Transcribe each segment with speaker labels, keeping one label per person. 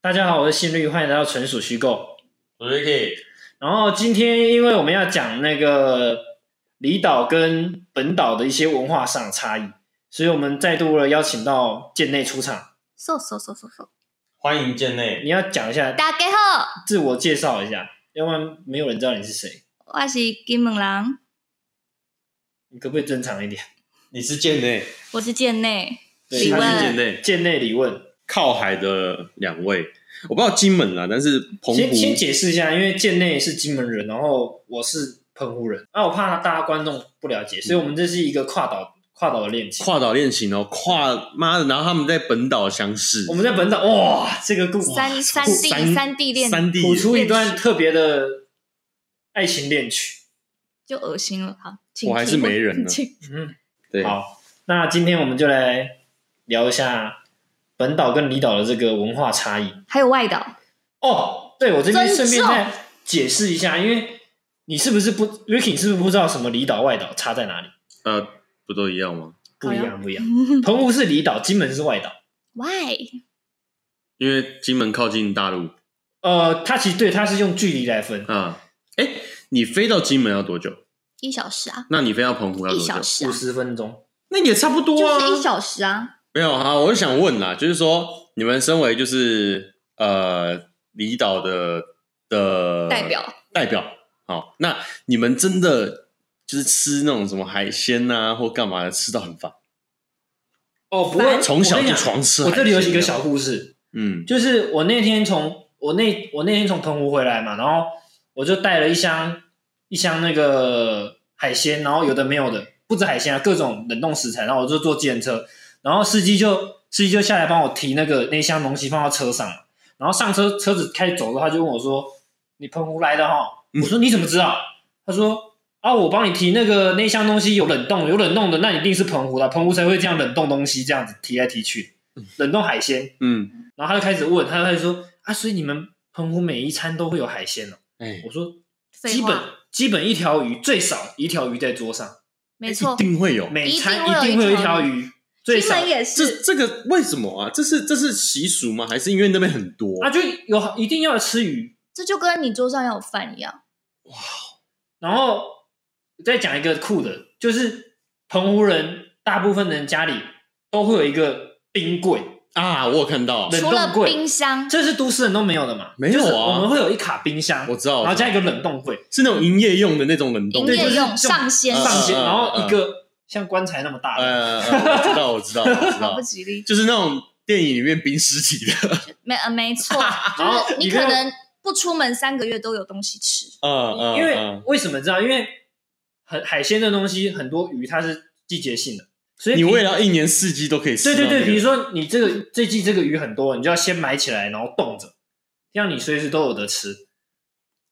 Speaker 1: 大家好，我是新绿，欢迎来到纯属虚构。
Speaker 2: 我是 Ricky，
Speaker 1: 然后今天因为我们要讲那个离岛跟本岛的一些文化上的差异，所以我们再度了邀请到舰内出场。
Speaker 3: 嗖嗖嗖嗖嗖！
Speaker 2: 欢迎舰内。
Speaker 1: 你要讲一下
Speaker 3: 大家好，
Speaker 1: 自我介绍一下，要不然没有人知道你是谁。
Speaker 3: 我是金门人，
Speaker 1: 你可不可以正常一点？
Speaker 2: 你是舰内，
Speaker 3: 我是贱内。
Speaker 1: 对
Speaker 3: 李
Speaker 1: 他
Speaker 2: 是
Speaker 1: 是
Speaker 2: 舰
Speaker 3: 问
Speaker 2: 内，
Speaker 1: 舰内理问，
Speaker 2: 靠海的两位，我不知道金门啊，但是澎
Speaker 1: 先先
Speaker 2: 湖
Speaker 1: 解释一下，因为建内是金门人，然后我是澎湖人，啊，我怕大家观众不了解，所以我们这是一个跨岛跨岛的恋情。
Speaker 2: 跨岛恋情哦，跨妈的，然后他们在本岛相识
Speaker 1: 我，们在本岛，哇，这个故事
Speaker 3: 三三
Speaker 2: 三
Speaker 3: 地三地恋
Speaker 2: 三地
Speaker 1: 谱出一段特别的爱情恋曲。
Speaker 3: 就恶心了，好，请
Speaker 2: 我还是
Speaker 3: 请
Speaker 2: 没人呢
Speaker 3: 请
Speaker 1: 嗯，
Speaker 2: 对，
Speaker 1: 好，那今天我们就来聊一下本岛跟离岛的这个文化差异。
Speaker 3: 还有外岛，
Speaker 1: 哦，对我这边
Speaker 3: 尊重
Speaker 1: 顺便再解释一下，因为你是不是不 Ricky 是不是不知道什么离岛外岛差在哪里？
Speaker 2: 呃，不都一样吗？
Speaker 1: 不一
Speaker 3: 好呀
Speaker 1: 样，不一样。澎湖是离岛，金门是外岛。
Speaker 3: Why？
Speaker 2: 因为金门靠近大陆
Speaker 1: 呃，它其实对它是用距离来分，
Speaker 2: 啊，哎，你飞到金门要多久？
Speaker 3: 一小时啊，
Speaker 2: 那你飞到澎湖要
Speaker 3: 一
Speaker 2: 多久
Speaker 3: 小？时
Speaker 1: 五
Speaker 3: 啊，
Speaker 1: 十分钟。
Speaker 2: 那也差不多啊，
Speaker 3: 就是一小时啊。
Speaker 2: 没有哈，我就想问啦，就是说你们身为就是呃离岛的的
Speaker 3: 代表
Speaker 2: 代表，好，那你们真的就是吃那种什么海鲜呐、或干嘛的，吃到很烦，
Speaker 1: 哦，不会，
Speaker 2: 从小
Speaker 1: 我跟你
Speaker 2: 就啊
Speaker 1: 讲
Speaker 2: 狂吃海
Speaker 1: 我这
Speaker 2: 鲜。
Speaker 1: 里有一个，小故事，
Speaker 2: 嗯
Speaker 1: 就是我那天从我那我那天从澎湖回来嘛，然后我就带了一箱一箱那个海鲜，然后有的没有的，不止海鲜啊，各种冷冻食材，然后我就坐计程车，然后司机就司机就下来帮我提那个那箱东西放到车上，然后上车车子开始走的时候，他就问我说：“你澎湖来的哈？”
Speaker 2: 嗯
Speaker 1: 我说：“你怎么知道？”他说：“啊，我帮你提那个那箱东西有冷冻有冷冻的，那你一定是澎湖的，啊澎湖才会这样冷冻东西这样子提来提去，冷冻海鲜。”
Speaker 2: 嗯，
Speaker 1: 然后他就开始问，他就开始说啊，所以你们澎湖每一餐都会有海鲜哦。
Speaker 2: 哎、
Speaker 1: 我说基
Speaker 3: 废
Speaker 1: 本
Speaker 3: 话，
Speaker 1: 基本一条鱼最少一条鱼在桌上，
Speaker 3: 没错
Speaker 2: 一。定会有。
Speaker 1: 每餐
Speaker 3: 一
Speaker 1: 定
Speaker 3: 定
Speaker 1: 会有
Speaker 3: 会有
Speaker 1: 一
Speaker 3: 一
Speaker 1: 条
Speaker 3: 条
Speaker 1: 鱼最
Speaker 3: 金
Speaker 1: 少
Speaker 3: 门。
Speaker 2: 这
Speaker 3: 也是，
Speaker 2: 这个为什么啊？这是这是习俗吗？还是因为那边很多？
Speaker 1: 啊，就有一定要吃鱼。
Speaker 3: 这就跟你桌上要有饭一样。
Speaker 1: 然后再讲一个酷的，就是澎湖人大部分人家里都会有一个冰柜，
Speaker 2: 啊，我有看到，
Speaker 1: 冷
Speaker 3: 除
Speaker 1: 冻
Speaker 3: 了
Speaker 1: 柜
Speaker 3: 冰箱，
Speaker 1: 这是都市人都没有的嘛？
Speaker 2: 没有啊
Speaker 1: 就是我们会有一卡冰箱，
Speaker 2: 我知道，
Speaker 1: 然后加一个冷冻柜，
Speaker 2: 是那种营业用的那种冷冻
Speaker 3: 营
Speaker 2: 的，
Speaker 1: 对就是
Speaker 3: 业用
Speaker 1: 这种
Speaker 3: 上鲜，
Speaker 2: 嗯
Speaker 1: 上
Speaker 2: 呃
Speaker 1: 间，
Speaker 2: 嗯
Speaker 1: 然后
Speaker 2: 嗯
Speaker 1: 一个像棺材那么大的，
Speaker 2: 呃，呃我知道，我知道，我知
Speaker 3: 好
Speaker 2: 道
Speaker 3: 不，吉利。
Speaker 2: 就是那种电影里面冰尸体 的，
Speaker 3: 没呃，没错，
Speaker 1: 然
Speaker 3: 就
Speaker 1: 后
Speaker 3: 是你
Speaker 1: 里面
Speaker 3: 可
Speaker 1: 有
Speaker 3: 能不出门三个月都有东西吃。
Speaker 2: 嗯嗯，
Speaker 1: 因为
Speaker 2: 嗯
Speaker 1: 为什么知道？因为很海鲜的东西，很多鱼它是季节性的，所以
Speaker 2: 你
Speaker 1: 比
Speaker 2: 为了要一年四季都可以吃
Speaker 1: 对对
Speaker 2: 到那
Speaker 1: 对，
Speaker 2: 个，
Speaker 1: 比如说你这个这季这个鱼很多，你就要先买起来，然后冻着，这样你随时都有得吃。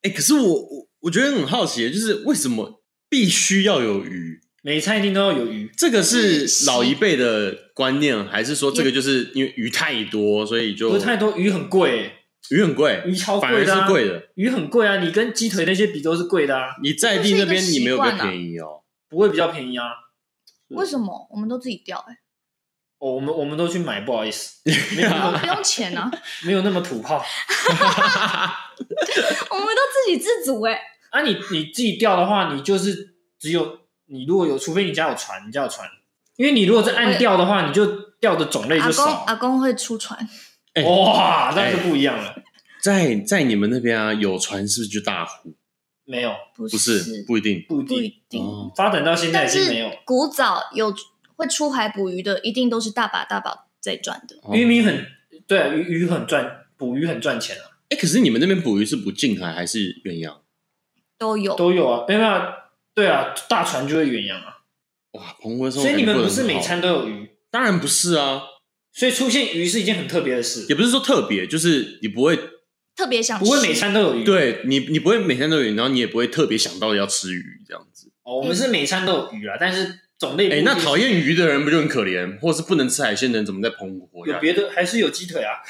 Speaker 2: 哎、可是我我我觉得很好奇，就是为什么必须要有鱼？
Speaker 1: 每餐一定都要有鱼，
Speaker 2: 这个是
Speaker 3: 是
Speaker 2: 老一辈的观念，还是说这个就是因为鱼太多，所以就
Speaker 1: 不是太多鱼很贵、
Speaker 2: 鱼很贵，
Speaker 1: 鱼超
Speaker 2: 反而
Speaker 1: 贵的、啊，
Speaker 2: 是贵的。
Speaker 1: 鱼很贵啊！你跟鸡腿那些比都是贵的啊，
Speaker 2: 你在地那边
Speaker 3: 这是一个
Speaker 2: 你没有比
Speaker 3: 习
Speaker 2: 较
Speaker 3: 惯啊
Speaker 2: 便宜哦，
Speaker 1: 不会比较便宜啊。
Speaker 3: 为什么我们都自己钓？哎，
Speaker 1: 哦，我们我们都去买，不好意思，没有那么
Speaker 3: 不用钱啊，
Speaker 1: 没有那么土炮
Speaker 3: 我们都自给自足哎、
Speaker 1: 啊你。你自己钓的话，你就是只有你如果有，除非你家有船，你家有船，因为你如果在岸钓的话，你就钓的种类
Speaker 3: 阿
Speaker 1: 就
Speaker 3: 公
Speaker 1: 少。
Speaker 3: 阿公会出船，
Speaker 2: 哎
Speaker 1: 哇，那就不一样了。
Speaker 2: 在在你们那边啊，有船是不是就大湖？
Speaker 1: 没有，
Speaker 3: 不
Speaker 2: 不是，不一定。
Speaker 1: 不一
Speaker 3: 不
Speaker 1: 定。
Speaker 3: 一定。
Speaker 2: 哦
Speaker 1: 发展到现在
Speaker 3: 但
Speaker 1: 已经没有。
Speaker 3: 是古早有会出海捕鱼的，一定都是大把大把在赚的。
Speaker 2: 哦
Speaker 1: 渔民很对，啊鱼鱼很赚，捕鱼很赚钱啊，
Speaker 2: 哎、可是你们那边捕鱼是不近海还是远洋？
Speaker 3: 都有，
Speaker 1: 都有啊。没有啊，对啊，大船就会远洋啊。
Speaker 2: 哇，澎湖的生活
Speaker 1: 所以你们
Speaker 2: 感觉
Speaker 1: 不
Speaker 2: 得
Speaker 1: 是
Speaker 2: 很
Speaker 1: 每
Speaker 2: 好
Speaker 1: 餐都有鱼，
Speaker 2: 当然不是啊，
Speaker 1: 所以出现鱼是一件很特别的事
Speaker 2: 也，不是说特别，就是你不会
Speaker 3: 特别想吃
Speaker 1: 不会每餐都有鱼。，
Speaker 2: 对你，你不会每天都有鱼，然后你也不会特别想到要吃鱼这样子。
Speaker 1: 哦，我们是每餐都有鱼啦，啊但是种类不
Speaker 2: 哎、
Speaker 1: 一定
Speaker 2: 那讨厌鱼的人不就很可怜，或是不能吃海鲜的人怎么在澎湖活
Speaker 1: 有
Speaker 2: 下？
Speaker 1: 别的，还是有鸡腿啊。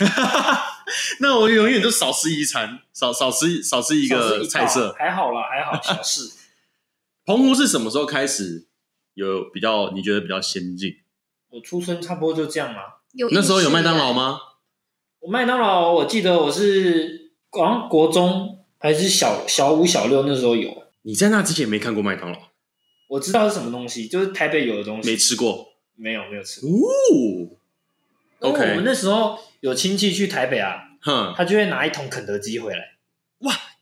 Speaker 2: 那我永远都少吃一餐，少少吃少吃一
Speaker 1: 少吃
Speaker 2: 个
Speaker 1: 道
Speaker 2: 菜色。
Speaker 1: 还好啦，还好，小 事。
Speaker 2: 澎湖是什么时候开始有比较？你觉得比较先进？
Speaker 1: 我出生差不多就这样啦。
Speaker 3: 有
Speaker 2: 那时候有麦当劳
Speaker 3: 吗？
Speaker 2: 吗？
Speaker 1: 我麦当劳，我记得我是好像国中还是小小五、小六那时候有，
Speaker 2: 你在那之前没看过麦当劳，
Speaker 1: 我知道是什么东西，就是台北有的东西，
Speaker 2: 没吃过。
Speaker 1: 没有没有吃过。
Speaker 2: 哦，
Speaker 1: 因为
Speaker 2: OK
Speaker 1: 我们那时候有亲戚去台北啊，
Speaker 2: 哼，
Speaker 1: 他就会拿一桶肯德基回来，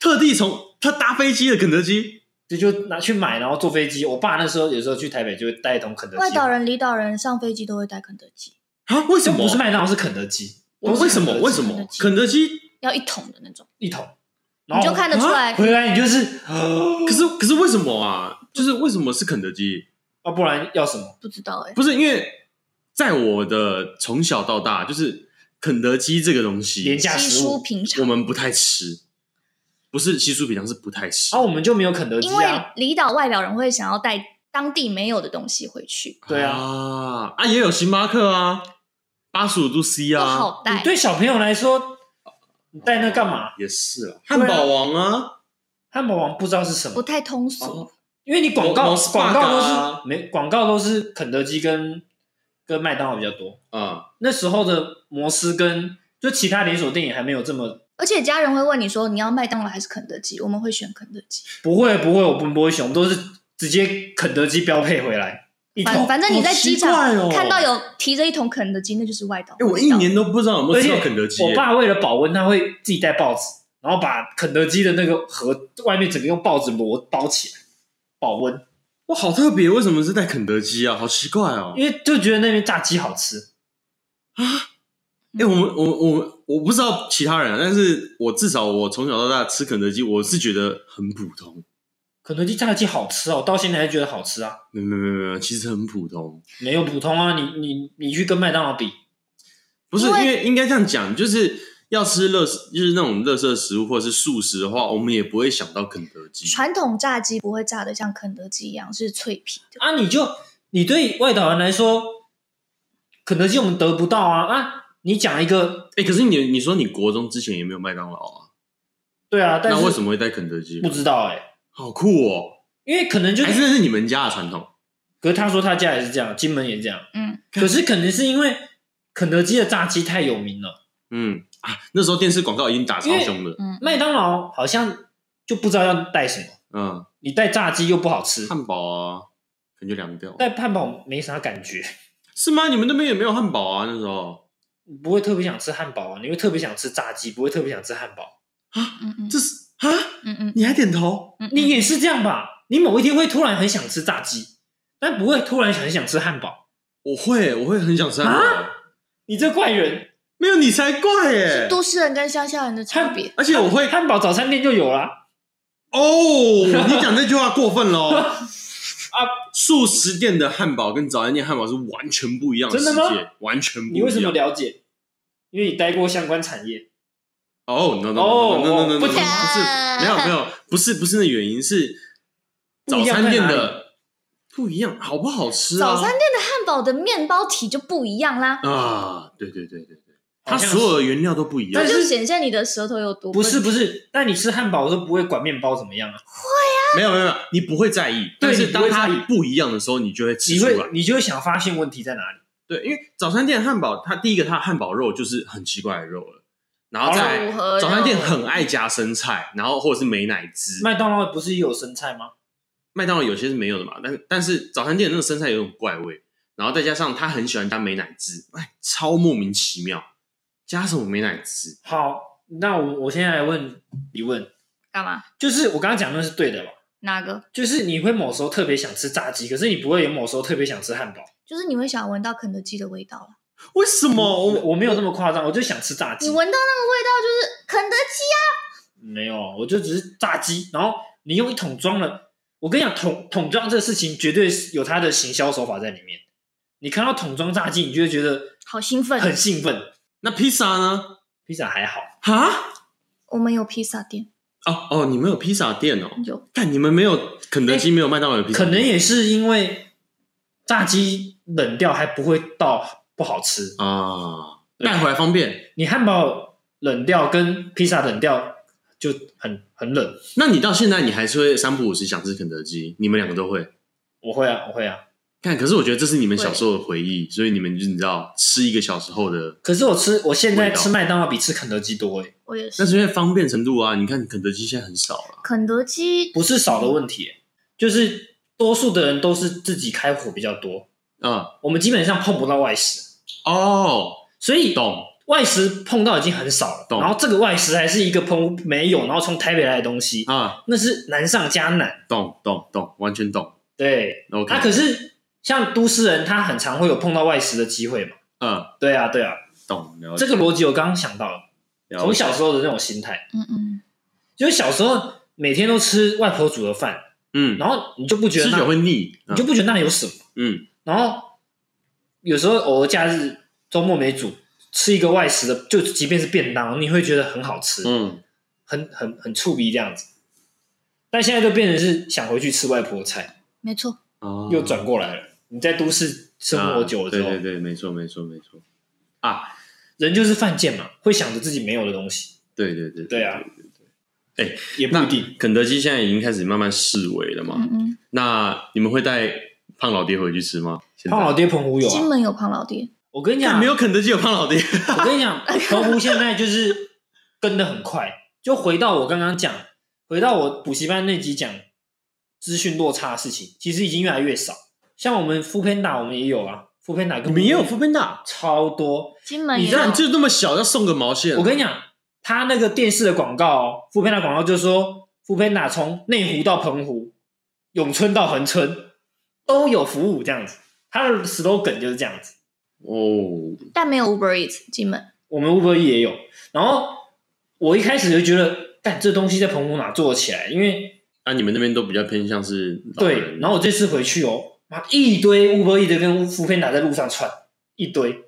Speaker 2: 特地从他搭飞机的肯德基，
Speaker 1: 这就拿去买，然后坐飞机。我爸那时候有时候去台北就会带一桶肯德基，
Speaker 3: 外岛人、离岛人上飞机都会带肯德基，
Speaker 2: 啊？为什
Speaker 1: 这
Speaker 2: 么？
Speaker 1: 不是麦当劳，是肯德基，
Speaker 2: 我
Speaker 1: 不
Speaker 2: 为
Speaker 1: 是
Speaker 2: 什
Speaker 1: 肯德
Speaker 2: 么？
Speaker 1: 基
Speaker 2: 为什
Speaker 3: 肯德
Speaker 2: 么？
Speaker 3: 基
Speaker 2: 肯德基？
Speaker 3: 要一桶的那种，
Speaker 1: 一桶？然
Speaker 3: 你
Speaker 1: 后
Speaker 3: 就看得出来。
Speaker 1: 回来，你就是啊
Speaker 2: 可是可是为什么啊？就是为什么是肯德基？
Speaker 1: 啊，不然要什么？
Speaker 3: 不知道哎、
Speaker 2: 不是因为在我的从小到大，就是肯德基这个东
Speaker 1: 廉
Speaker 2: 西，
Speaker 1: 价
Speaker 3: 稀
Speaker 1: 食
Speaker 3: 疏
Speaker 1: 物。
Speaker 3: 平
Speaker 2: 我
Speaker 3: 常。
Speaker 2: 们不太吃，不是稀疏平常是不太吃
Speaker 1: 啊，。我们就没有肯德基
Speaker 3: 因为
Speaker 1: 啊，
Speaker 3: 离岛外岛人会想要带当地没有的东西回去，
Speaker 1: 对啊
Speaker 2: 啊啊也有星巴克啊，八十五度 C
Speaker 3: 不
Speaker 2: 啊，
Speaker 3: 好带。
Speaker 1: 对小朋友来说，你带那干嘛？
Speaker 2: 也是啊，汉堡王啊，
Speaker 1: 汉堡王不知道是什
Speaker 3: 不
Speaker 1: 么，
Speaker 3: 太通俗
Speaker 2: 哦，
Speaker 1: 因为你广告
Speaker 2: 摩斯
Speaker 1: 广告都
Speaker 2: 巴
Speaker 1: 是没广告都是肯德基跟跟麦当劳比较多。
Speaker 2: 啊，
Speaker 1: 那时候的摩斯跟就其他连锁店也还没有这么
Speaker 3: 而且家人会问你说你要麦当劳还是肯德基，我们会选肯德基。
Speaker 1: 不会不会，我们不会熊，都是直接肯德基标配回来一
Speaker 3: 反
Speaker 1: 桶，
Speaker 3: 反正你在机场
Speaker 2: 好奇怪哦
Speaker 3: 看到有提着一桶肯德基，那就是外岛。
Speaker 2: 哎，我一年都不知道有没有
Speaker 1: 而
Speaker 2: 吃
Speaker 1: 且
Speaker 2: 到肯德基耶。哎
Speaker 1: 我爸为了保温，他会自己带报纸，然后把肯德基的那个盒外面整个用报纸膜包起来保温，
Speaker 2: 哇，好特别，为什么是在肯德基啊？好奇怪哦！
Speaker 1: 因为就觉得那边炸鸡好吃。
Speaker 2: 哎、我们我我我不知道其他人、啊，但是我至少我从小到大吃肯德基，我是觉得很普通。
Speaker 1: 肯德基炸鸡好吃啊，我到现在还觉得好吃啊，
Speaker 2: 没有没有没有没有，其实很普通。
Speaker 1: 没有普通啊。你你你去跟麦当劳比，
Speaker 2: 不是
Speaker 3: 因
Speaker 2: 因
Speaker 3: 为
Speaker 2: 为应该这样讲，就是要吃乐就是那种乐色食物或者是素食的话，我们也不会想到肯德基。
Speaker 3: 传统炸鸡不会炸的像肯德基一样是脆皮的，
Speaker 1: 啊，你就你对外岛人来说，肯德基我们得不到啊啊！你讲一个
Speaker 2: 哎、可是你你说你国中之前也没有麦当劳啊？
Speaker 1: 对啊，但
Speaker 2: 那
Speaker 1: 是
Speaker 2: 为什么会带肯德基
Speaker 1: 不？知道哎、
Speaker 2: 好酷哦！
Speaker 1: 因为可能就
Speaker 2: 还
Speaker 1: 是，
Speaker 2: 是那是你们家的传统？
Speaker 1: 可是他说他家也是这样，金门也这 样，
Speaker 3: 嗯，
Speaker 1: 可是可能是因为肯德基的炸鸡太有名了，
Speaker 2: 嗯啊，那时候电视广告已经打超凶了。
Speaker 3: 嗯，
Speaker 1: 麦当劳好像就不知道要带什么，
Speaker 2: 嗯，
Speaker 1: 你带炸鸡又不好吃，
Speaker 2: 汉堡啊，可能就凉掉了。
Speaker 1: 带汉堡没啥感觉，
Speaker 2: 是吗？你们那边也没有汉堡啊？那时候
Speaker 1: 你不会特别想吃汉堡啊，你会特别想吃炸鸡，不会特别想吃汉堡，
Speaker 3: 嗯嗯
Speaker 2: 这是啊？
Speaker 3: 嗯嗯
Speaker 2: 你还点头？
Speaker 3: 嗯，
Speaker 1: 你也是这样吧？你某一天会突然很想吃炸鸡，但不会突然很想吃汉堡。
Speaker 2: 我会，我会很想吃汉堡。
Speaker 1: 啊你这怪人，
Speaker 2: 没有你才怪耶、
Speaker 3: 是都市人跟乡下人的差别。
Speaker 2: 而且我会
Speaker 1: 汉堡早餐店就有啦。
Speaker 2: 哦， 你讲这句话过分喽！啊，素食店的汉堡跟早餐店汉堡是完全不一样世
Speaker 1: 真的
Speaker 2: 界，完全不一样。
Speaker 1: 你为什么了解？因为你待过相关产业。
Speaker 2: 哦、no no no no
Speaker 1: 哦
Speaker 2: no no no，, no,
Speaker 1: 不
Speaker 2: 不是
Speaker 1: 讲
Speaker 2: 没有没有，不是不是那原因是
Speaker 1: 不
Speaker 2: 早
Speaker 1: 一样
Speaker 2: 餐店
Speaker 1: 在哪
Speaker 2: 的不一样，好不好吃啊？
Speaker 3: 早餐店的汉堡的面包体就不一样啦，
Speaker 2: 啊，对对对对对，它
Speaker 1: 好像
Speaker 2: 所有的原料都不一样
Speaker 1: 但
Speaker 3: 这，
Speaker 1: 是
Speaker 3: 就显现你的舌头有多
Speaker 1: 不是
Speaker 3: 笨
Speaker 1: 不是，那你吃汉堡都不会管面包怎么样啊？
Speaker 2: 没有没有，没有，你不会在意，但
Speaker 1: 你
Speaker 2: 是
Speaker 1: 不会
Speaker 2: 当
Speaker 1: 在意
Speaker 2: 它不一样的时候，你就会吃
Speaker 1: 你
Speaker 2: 出
Speaker 1: 会
Speaker 2: 来。
Speaker 1: 你就会想发现问题在哪里。
Speaker 2: 对，因为早餐店汉堡，它第一个它的汉堡肉就是很奇怪的肉了，然后
Speaker 1: 好
Speaker 2: 再来
Speaker 3: 哦组合肉
Speaker 2: 早餐店很爱加生菜，然后或者是美乃滋。麦
Speaker 1: 麦当劳不是也有生菜吗？
Speaker 2: 麦当劳有些是没有的嘛，但但是早餐店那个生菜有种怪味，然后再加上他很喜欢加美乃滋，哎，超莫名其妙，加什么美乃滋？
Speaker 1: 好，那我我现在来问你问，
Speaker 3: 干嘛？
Speaker 1: 就是我刚刚讲的是对的吧？
Speaker 3: 哪个？
Speaker 1: 就是你会某时候特别想吃炸鸡，可是你不会有某时候特别想吃汉堡。
Speaker 3: 就是你会想闻到肯德基的味道了。
Speaker 2: 为什么？
Speaker 1: 我
Speaker 2: 我
Speaker 1: 我没有那么夸张，我就想吃炸鸡
Speaker 3: 你。闻到那个味道就是肯德基啊！
Speaker 1: 没有，我就只是炸鸡，然后你用一桶装了。我跟你讲，桶桶装这个事情绝对是有它的行销手法在里面。你看到桶装炸鸡，你就会觉得
Speaker 3: 好兴奋！
Speaker 1: 很兴奋。
Speaker 2: 那披萨呢？
Speaker 1: 披萨还好，
Speaker 2: 哈？
Speaker 3: 我们有披萨店，
Speaker 2: 哦哦，你们有披萨店哦？
Speaker 3: 有
Speaker 2: 但你们没有肯德基，没有麦当劳有披萨
Speaker 1: 可
Speaker 2: 店，
Speaker 1: 能也是因为炸鸡冷掉还不会到不好吃。
Speaker 2: 啊，
Speaker 1: 对
Speaker 2: 带回来方便。
Speaker 1: 你汉堡冷掉跟披萨冷掉就很很冷。
Speaker 2: 那你到现在你还是会三不五时想吃肯德基，你们两个都会。
Speaker 1: 我会啊，我会啊，
Speaker 2: 看，可是我觉得这是你们小时候的回忆，所以你们就你知道吃一个小时候的，
Speaker 1: 可是我吃，我现在
Speaker 2: 味道
Speaker 1: 吃麦当劳比吃肯德基多欸诶、
Speaker 3: 我也
Speaker 2: 那
Speaker 3: 是。
Speaker 2: 是因为方便程度啊。你看肯德基现在很少了，
Speaker 3: 肯德基
Speaker 1: 不是少的问题欸、就是多数的人都是自己开火比较多，
Speaker 2: 啊、
Speaker 1: 我们基本上碰不到外食，
Speaker 2: 哦，
Speaker 1: 所以
Speaker 2: 懂，
Speaker 1: 外食碰到已经很少了。
Speaker 2: 懂
Speaker 1: 然后这个外食还是一个澎湖没有，然后从台北来的东西，
Speaker 2: 啊，
Speaker 1: 那是难上加难。
Speaker 2: 懂懂懂，完全懂。
Speaker 1: 对，
Speaker 2: OK，
Speaker 1: 啊那、可是像都市人，他很常会有碰到外食的机会嘛。
Speaker 2: 嗯，
Speaker 1: 对啊，对啊，
Speaker 2: 懂了解。
Speaker 1: 这个逻辑我刚刚想到了，
Speaker 2: 了解
Speaker 1: 从小时候的那种心态，
Speaker 3: 嗯嗯，
Speaker 1: 就是小时候每天都吃外婆煮的饭，
Speaker 2: 嗯，
Speaker 1: 然后你就不觉得
Speaker 2: 吃
Speaker 1: 那
Speaker 2: 久会腻，啊
Speaker 1: 你就不觉得那有什么。
Speaker 2: 嗯
Speaker 1: 然后有时候偶尔假日、周末没煮，吃一个外食的，就即便是便当，你会觉得很好吃，
Speaker 2: 嗯
Speaker 1: 很很很触鼻这样子。但现在就变成是想回去吃外婆菜，
Speaker 3: 没错，
Speaker 2: 哦
Speaker 1: 又转过来了。你在都市生活久了之后，
Speaker 2: 啊对对对，没错没错没错啊，
Speaker 1: 人就是犯贱嘛，会想着自己没有的东西。
Speaker 2: 对对对
Speaker 1: 对啊，
Speaker 2: 对哎，
Speaker 1: 也不
Speaker 2: 那
Speaker 1: 一定。
Speaker 2: 肯德基现在已经开始慢慢式微了嘛，
Speaker 3: 嗯嗯。
Speaker 2: 那你们会带胖老爹回去吃吗？现在
Speaker 1: 胖老爹澎湖有
Speaker 3: 金
Speaker 1: 啊，
Speaker 3: 门有胖老爹，
Speaker 1: 我跟你讲，啊
Speaker 2: 没有肯德基有胖 老爹，
Speaker 1: 我跟你讲，澎湖现在就是跟的很快。就回到我刚刚讲，回到我补习班那集讲资讯落差的事情，其实已经越来越少。像我们副偏打，我们也有啊，副偏打跟
Speaker 2: 你们也有副边大，
Speaker 1: 超多。
Speaker 3: 金门
Speaker 2: 你
Speaker 3: 也
Speaker 2: 这样
Speaker 3: 有。
Speaker 2: 就那么小要送个毛线，
Speaker 1: 我跟你讲，他那个电视的广告、哦，副偏打广告就说副偏打从内湖到澎湖，永春到恒春都有服务，这样子。他的 slogan 就是这样子。
Speaker 2: 哦，
Speaker 3: 但没有 Uber Eats 金门。
Speaker 1: 我们 Uber Eats 也有。然后我一开始就觉得，干这东西在澎湖哪做得起来？因为
Speaker 2: 那你们那边都比较偏向是老
Speaker 1: 对，
Speaker 2: 人
Speaker 1: 然后我这次回去哦，妈一堆 Uber Eats 跟福片打在路上窜，一堆。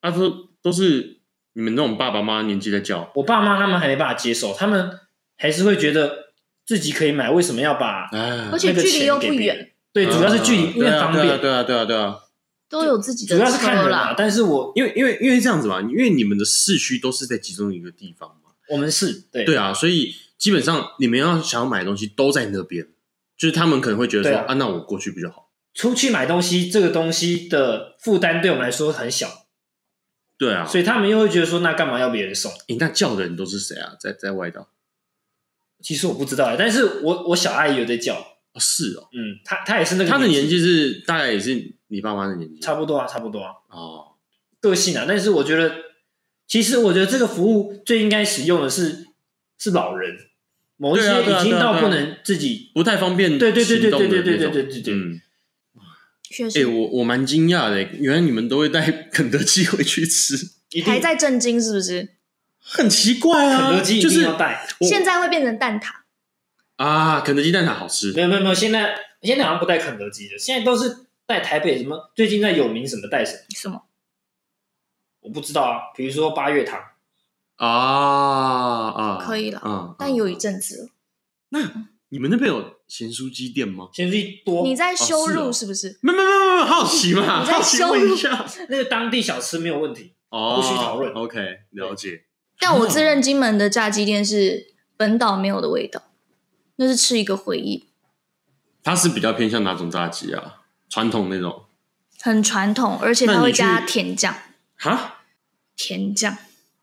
Speaker 2: 啊都都是你们那种爸爸妈妈年纪在叫，
Speaker 1: 我爸妈他们还没办法接受，他们还是会觉得自己可以买，为什么要把
Speaker 2: 哎
Speaker 3: 而，且
Speaker 1: 那个
Speaker 3: 距离
Speaker 1: 钱
Speaker 3: 又
Speaker 1: 给
Speaker 3: 不
Speaker 1: 别人
Speaker 3: 远，
Speaker 1: 对，主要是距
Speaker 2: 嗯
Speaker 1: 离因
Speaker 2: 对
Speaker 1: 为
Speaker 2: 啊
Speaker 1: 方
Speaker 2: 对啊
Speaker 1: 便，
Speaker 2: 对啊对啊对啊，
Speaker 3: 都有自己的
Speaker 1: 主要是看
Speaker 3: 车
Speaker 1: 人啊
Speaker 3: 啦。。
Speaker 1: 但是我
Speaker 2: 因为因为因为这样子嘛，因为你们的市区都是在集中一个地方嘛，
Speaker 1: 我们是对
Speaker 2: 对啊，所以基本上你们要想要买的东西都在那边，就是他们可能会觉得说
Speaker 1: 对
Speaker 2: 啊
Speaker 1: 啊
Speaker 2: 那我过去比较好，
Speaker 1: 出去买东西这个东西的负担对我们来说很小，
Speaker 2: 对啊，
Speaker 1: 所以他们又会觉得说，那干嘛要别人送？
Speaker 2: 以那叫的人都是谁啊？在在外岛
Speaker 1: 其实我不知道欸，但是我我小阿姨有在叫，
Speaker 2: 哦，是哦，
Speaker 1: 嗯，她她也是那个
Speaker 2: 他的年
Speaker 1: 纪
Speaker 2: 纪是大概也是你爸妈的年纪，
Speaker 1: 差不多啊，差不多啊，
Speaker 2: 哦，
Speaker 1: 个性啊。但是我觉得，其实我觉得这个服务最应该使用的是是老人，某一
Speaker 2: 对啊
Speaker 1: 些
Speaker 2: 对啊
Speaker 1: 已经
Speaker 2: 对啊
Speaker 1: 到
Speaker 2: 对啊
Speaker 1: 不能自己，
Speaker 2: 不太方便
Speaker 1: 对对对对
Speaker 2: 行动的
Speaker 1: 对对
Speaker 2: 那种
Speaker 1: 对对对对
Speaker 2: 嗯
Speaker 3: 确
Speaker 2: 哎、
Speaker 3: 实，
Speaker 2: 我我蛮惊讶的，原来你们都会带 肯德基回去吃，
Speaker 1: 一定
Speaker 3: 还在震惊是不是？
Speaker 2: 很奇怪
Speaker 1: 肯
Speaker 2: 啊。
Speaker 1: 德基一
Speaker 2: 就是
Speaker 1: 定要带。
Speaker 2: 我
Speaker 3: 现在会变成蛋挞，
Speaker 2: 啊，肯德基蛋挞好吃
Speaker 1: 没有没有没有，现在现在好像不带肯德基的，现在都是带台北什么，最近在有名什么带什么，
Speaker 3: 什么？
Speaker 1: 我不知道啊。比如说八月堂，
Speaker 2: 啊啊，
Speaker 3: 可以啦
Speaker 2: 嗯，
Speaker 3: 但有一
Speaker 2: 嗯
Speaker 3: 阵子了，
Speaker 2: 那你们那边有咸酥鸡店吗？
Speaker 1: 先去多
Speaker 3: 你在羞
Speaker 2: 哦
Speaker 3: 辱是不是？
Speaker 2: 没有没有没有没有，好奇嘛，
Speaker 3: 你在
Speaker 2: 好奇
Speaker 3: 羞
Speaker 2: 问
Speaker 3: 辱
Speaker 2: 一下。
Speaker 1: 那个当地小吃没有问题，
Speaker 2: 哦，
Speaker 1: 不需讨论
Speaker 2: OK，了解。
Speaker 3: 但我自认金门的炸鸡店是本岛没有的味道，那是吃一个回忆，
Speaker 2: 它是比较偏向哪种炸鸡啊？传统那种？
Speaker 3: 很传统，而且它
Speaker 2: 那
Speaker 3: 会
Speaker 2: 你去
Speaker 3: 加甜酱，
Speaker 2: 哈？
Speaker 3: 甜酱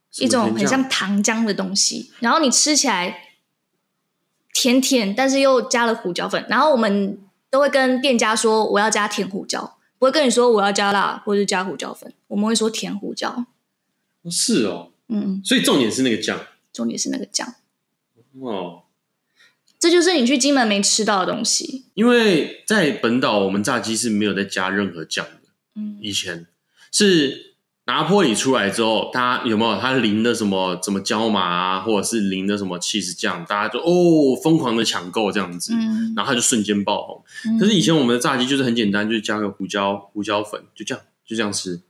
Speaker 2: 什么
Speaker 3: 一种
Speaker 2: 甜
Speaker 3: 很
Speaker 2: 酱
Speaker 3: 像糖浆的东西，然后你吃起来甜甜，但是又加了胡椒粉。然后我们都会跟店家说我要加甜胡椒，不会跟你说我要加辣或者加胡椒粉，我们会说甜胡椒。
Speaker 2: 是哦，
Speaker 3: 嗯，
Speaker 2: 所以重点是那个酱
Speaker 3: 重点是那个酱，
Speaker 2: 哦。
Speaker 3: 这就是你去金门没吃到的东西。
Speaker 2: 因为在本岛，我们炸鸡是没有再加任何酱的。
Speaker 3: 嗯，
Speaker 2: 以前是拿坡里出来之后，大家有没有他淋的什么什么椒麻啊，或者是淋的什么 cheese 酱，大家就哦疯狂的抢购这样子，
Speaker 3: 嗯，
Speaker 2: 然后他就瞬间爆红。可是以前我们的炸鸡就是很简单，就是加个胡椒胡椒粉，就这样就这样吃。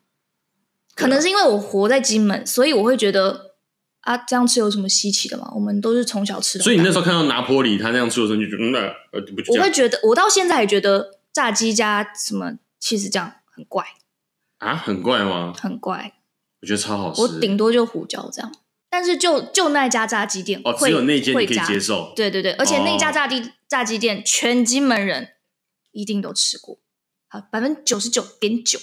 Speaker 3: 可能是因为我活在金门，所以我会觉得啊，这样吃有什么稀奇的吗？我们都是从小吃的，
Speaker 2: 所以你那时候看到拿坡里他那样吃的时候，你就觉得嗯，那呃不就这
Speaker 3: 我会
Speaker 2: 样
Speaker 3: 觉得，我到现在也觉得炸鸡加什么 cheese 酱很怪，
Speaker 2: 啊，很怪吗？
Speaker 3: 很怪。
Speaker 2: 我觉得超好吃。
Speaker 3: 我顶多就胡椒这样，但是就就那家炸鸡店
Speaker 2: 哦，
Speaker 3: 会
Speaker 2: 只有那间你
Speaker 3: 会
Speaker 2: 可以
Speaker 3: 加，
Speaker 2: 接受。
Speaker 3: 对对对，而且那
Speaker 2: 哦
Speaker 3: 家炸鸡、炸鸡店全金门人一定都吃过，啊，百分之九十九点九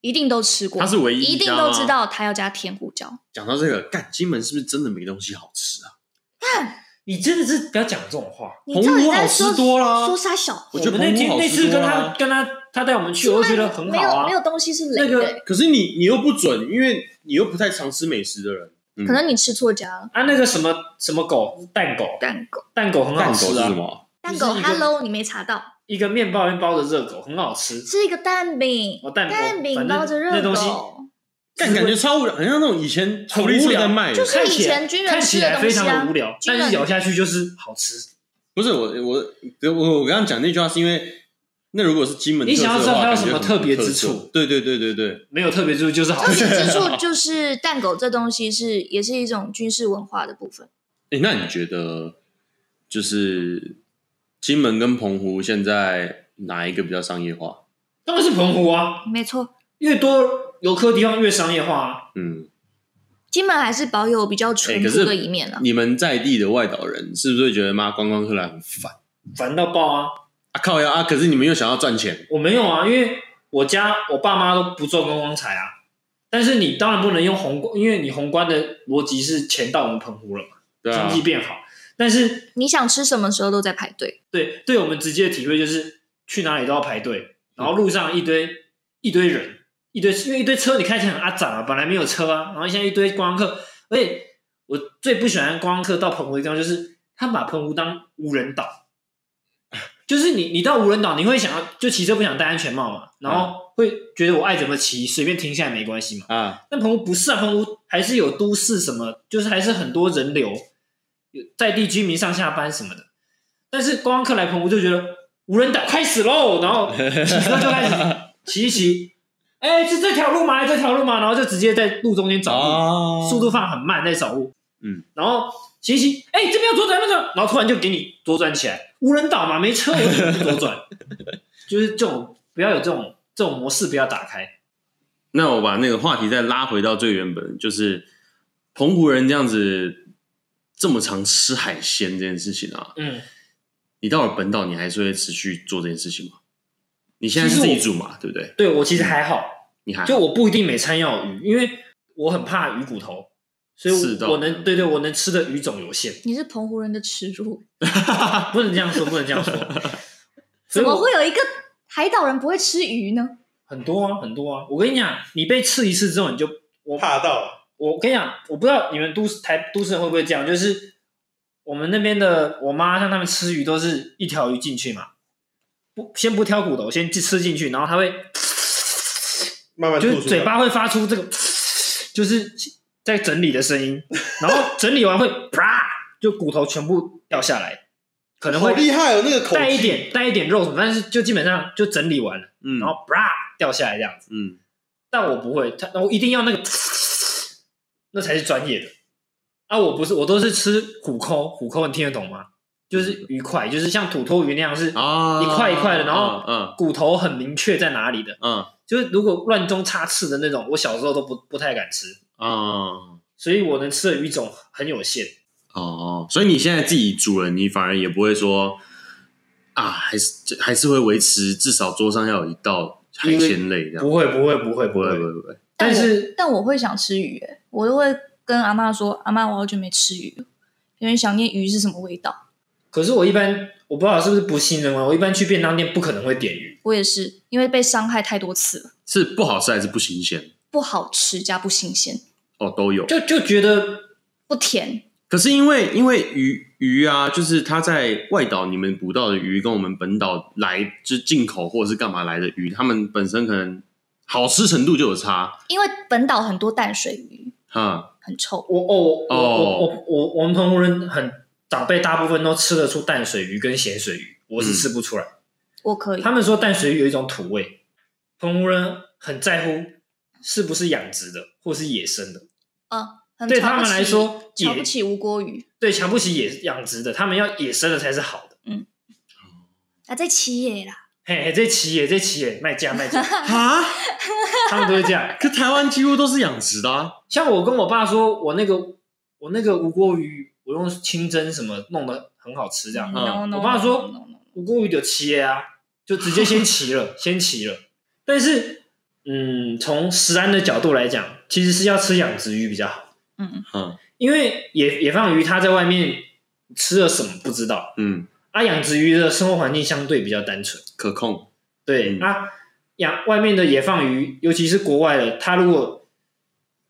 Speaker 3: 一定都吃过，
Speaker 2: 它是唯一
Speaker 3: 一
Speaker 2: 一
Speaker 3: 定
Speaker 2: 家
Speaker 3: 都
Speaker 2: 吗
Speaker 3: 知道它要加甜胡椒。
Speaker 2: 讲到这个，干金门是不是真的没东西好吃啊？
Speaker 1: 你真的是不要讲这种话。
Speaker 3: 你
Speaker 2: 澎
Speaker 3: 到底
Speaker 2: 湖
Speaker 3: 在
Speaker 2: 好
Speaker 3: 说
Speaker 2: 吃多啦
Speaker 3: 说啥小？
Speaker 2: 我觉得
Speaker 1: 们那
Speaker 2: 澎湖
Speaker 1: 天
Speaker 2: 好
Speaker 1: 那次
Speaker 2: 吃多啊
Speaker 1: 跟他
Speaker 2: 啦。
Speaker 1: 跟他他带我们去，我就觉得很
Speaker 3: 没
Speaker 1: 好
Speaker 3: 有
Speaker 1: 啊
Speaker 3: 没。有东西是雷
Speaker 1: 那
Speaker 3: 的、
Speaker 1: 个
Speaker 2: 可是你你又不准，因为你又不太常吃美食的人。嗯
Speaker 3: 可能你吃错家了。
Speaker 1: 啊，那个什么什么狗蛋狗，
Speaker 3: 蛋狗，
Speaker 1: 蛋狗很好
Speaker 2: 狗是
Speaker 1: 吃
Speaker 2: 什
Speaker 1: 啊，
Speaker 2: 么？
Speaker 3: 蛋狗
Speaker 1: 就是一个
Speaker 3: ，Hello，你没查到，
Speaker 1: 一个面包里面包着热狗，很好吃。
Speaker 3: 是一个蛋饼，
Speaker 1: 哦蛋
Speaker 3: 蛋饼
Speaker 1: 反
Speaker 3: 包
Speaker 1: 正
Speaker 3: 着
Speaker 1: 那
Speaker 3: 热
Speaker 1: 东西
Speaker 3: 狗，
Speaker 2: 干感觉超无聊，很像那种以前
Speaker 1: 很
Speaker 2: 福利
Speaker 1: 无
Speaker 2: 社
Speaker 1: 聊
Speaker 2: 在卖的。
Speaker 3: 就是
Speaker 1: 看起来
Speaker 3: 以前军人
Speaker 1: 看起来非常的无聊，
Speaker 3: 吃的东西啊
Speaker 1: 但是咬下去就是好吃。
Speaker 2: 不是我我我我刚刚讲那句话是因为，那如果是金门
Speaker 1: 你
Speaker 2: 特
Speaker 1: 想
Speaker 2: 色的
Speaker 1: 要
Speaker 2: 话，
Speaker 1: 知道它有
Speaker 2: 感觉
Speaker 1: 什么
Speaker 2: 很
Speaker 1: 特别
Speaker 2: 特
Speaker 1: 之
Speaker 2: 色
Speaker 1: 处？
Speaker 2: 对对对对对，
Speaker 1: 没有特别之处就是好
Speaker 3: 特 别
Speaker 1: 吃。
Speaker 3: 之处就是蛋狗这东西是也是一种军事文化的部分。
Speaker 2: 诶，那你觉得就是金门跟澎湖现在哪一个比较商业化？
Speaker 1: 当然是澎湖啊，
Speaker 3: 没错，
Speaker 1: 越多游客地方越商业化啊。
Speaker 2: 嗯，
Speaker 3: 金门还是保有比较淳
Speaker 2: 哎可是
Speaker 3: 朴的一面了。啊
Speaker 2: 你们在地的外岛人是不是会觉得妈观光客来很烦
Speaker 1: 烦到爆啊！
Speaker 2: 啊？靠呀啊！可是你们又想要赚钱，
Speaker 1: 我没有啊，因为我家我爸妈都不做观光财啊。但是你当然不能用宏观，因为你宏观的逻辑是钱到我们澎湖了嘛，
Speaker 2: 对啊
Speaker 1: 经济，变好。但是
Speaker 3: 你想吃什么时候都在排队，
Speaker 1: 对对我们直接的体会就是去哪里都要排队，然后路上一堆、一堆人，一堆因为一堆车，你看起来很阿展啊，本来没有车啊，然后现在一堆观光客，而且我最不喜欢观光客到澎湖的地方就是他把澎湖当无人岛，就是你你到无人岛，你会想要就骑车不想戴安全帽嘛，然后会觉得我爱怎么骑随便停下来没关系嘛，
Speaker 2: 啊，
Speaker 1: 但澎湖不是啊，澎湖还是有都市什么，就是还是很多人流，有在地居民上下班什么的。但是观光客来澎湖就觉得无人岛开始喽，然后骑车就开始骑一骑，哎、是这条路吗？这条路吗？然后就直接在路中间找路，
Speaker 2: 啊
Speaker 1: 速度放很慢在找路，
Speaker 2: 嗯，
Speaker 1: 然后骑一骑，哎、这边要左转，那边要左转然后突然就给你左转起来，无人岛嘛，没车，我怎么不左转？ 就是这种不要有这种这种模式，不要打开。
Speaker 2: 那我把那个话题再拉回到最原本，就是澎湖人这样子这么常吃海鲜这件事情啊，
Speaker 1: 嗯，
Speaker 2: 你到了本岛，你还是会持续做这件事情吗？你现在是自己煮嘛，对不对？
Speaker 1: 对我其实还好，
Speaker 2: 你还
Speaker 1: 就我不一定每餐要有鱼，因为我很怕鱼骨头，所
Speaker 2: 是
Speaker 1: 以
Speaker 2: 的
Speaker 1: 我我能对对我能吃的鱼种有 限，
Speaker 3: 你是澎湖人的耻辱。
Speaker 1: 不能这样说，不能这样 说。所
Speaker 3: 怎
Speaker 1: 以
Speaker 3: 么
Speaker 1: 我
Speaker 3: 会有一个海岛人不会吃鱼呢？
Speaker 1: 很多啊，很多啊！我跟你讲，你被刺一次之后，你就我
Speaker 4: 怕到了
Speaker 1: 我跟你讲，我不知道你们都市台都市人会不会这样，就是我们那边的我妈像他们吃鱼都是一条鱼进去嘛，不先不挑骨头，先吃进去，然后它会
Speaker 4: 慢慢吐啊
Speaker 1: 就
Speaker 4: 出
Speaker 1: 是
Speaker 4: 来
Speaker 1: 嘴巴会发出这个，就是在整理的声音，然后整理完会啪，就骨头全部掉下来，可能
Speaker 4: 好
Speaker 1: 会
Speaker 4: 厉害哦，那个口
Speaker 1: 带一
Speaker 4: 气
Speaker 1: 点带一点肉什么，但是就基本上就整理完了，
Speaker 2: 嗯
Speaker 1: 然后啪掉下来这样子。
Speaker 2: 嗯，
Speaker 1: 但我不会，他我一定要那个，那才是专业的。啊，我不是，我都是吃虎抠，虎抠你听得懂吗？
Speaker 4: 嗯
Speaker 1: 就是鱼块，就是像土托鱼那样是
Speaker 2: 啊，
Speaker 1: 一块一块的，然后
Speaker 2: 嗯
Speaker 1: 骨头很明确在哪里的。
Speaker 2: 嗯
Speaker 1: 就是如果乱中插刺的那种，我小时候都不不太敢吃，
Speaker 2: 嗯
Speaker 1: 所以我能吃的鱼种很有限。
Speaker 2: 哦，所以你现在自己煮了，你反而也不会说啊，还是还是会维持至少桌上要有一道海鲜类这样，
Speaker 1: 不会，不会，不会，
Speaker 2: 不
Speaker 1: 不
Speaker 2: 会
Speaker 1: 会
Speaker 2: 不。会不会，
Speaker 1: 但
Speaker 3: 我
Speaker 1: 是
Speaker 3: 但我会想吃鱼、欸，我都会跟阿妈说：“阿妈，我好久没吃鱼了，有点想念鱼是什么味道。
Speaker 1: 可是我一般我不知道是不是不信任啊，我一般去便当店不可能会点鱼。”
Speaker 3: 我也是，因为被伤害太多次了，
Speaker 2: 是不好吃还是不新鲜？
Speaker 3: 不好吃加不新鲜，
Speaker 2: 哦，都有。
Speaker 1: 就就觉得
Speaker 3: 不甜。
Speaker 2: 可是因为因为鱼鱼啊，就是它在外岛你们捕到的鱼，跟我们本岛来就是进口或者是干嘛来的鱼，它们本身可能好吃程度就有差。
Speaker 3: 因为本岛很多淡水鱼，
Speaker 2: 哈，
Speaker 3: 很臭。
Speaker 1: 我哦我我
Speaker 2: 哦
Speaker 1: 我我我我们澎湖人很长辈大部分都吃得出淡水鱼跟咸水鱼，我是吃不出来。
Speaker 3: 我可以
Speaker 1: 他，们说淡水鱼有一种土味，澎湖人很在乎是不是养殖的或是野生的。
Speaker 3: 嗯，很
Speaker 1: 对
Speaker 3: 瞧
Speaker 1: 他
Speaker 3: 不
Speaker 1: 们
Speaker 3: 起
Speaker 1: 来说也
Speaker 3: 瞧不起无锅鱼
Speaker 1: 对，瞧不起野养殖的，他们要野生的才是好的。
Speaker 3: 啊，在起野啦，
Speaker 1: 嘿，嘿，这企业，这企业卖价卖价，
Speaker 2: 啊，
Speaker 1: 他们都会这样。
Speaker 2: 可台湾几乎都是养殖的、啊，
Speaker 1: 像我跟我爸说，我那个我那个无锅鱼，我用清蒸什么弄得很好吃，这样。
Speaker 2: 嗯
Speaker 3: No, no,
Speaker 1: 我爸说
Speaker 3: no, no, no, no
Speaker 1: 无锅鱼就切啊，就直接先骑了，先骑了，但是，嗯，从食安的角度来讲，其实是要吃养殖鱼比较好，
Speaker 3: 嗯，
Speaker 2: 嗯
Speaker 1: 因为野野放鱼它在外面吃了什么不知道，
Speaker 2: 嗯，
Speaker 1: 啊，养殖鱼的生活环境相对比较单纯，
Speaker 2: 可控，
Speaker 1: 对、
Speaker 2: 嗯
Speaker 1: 啊，养外面的野放鱼，尤其是国外的，它如果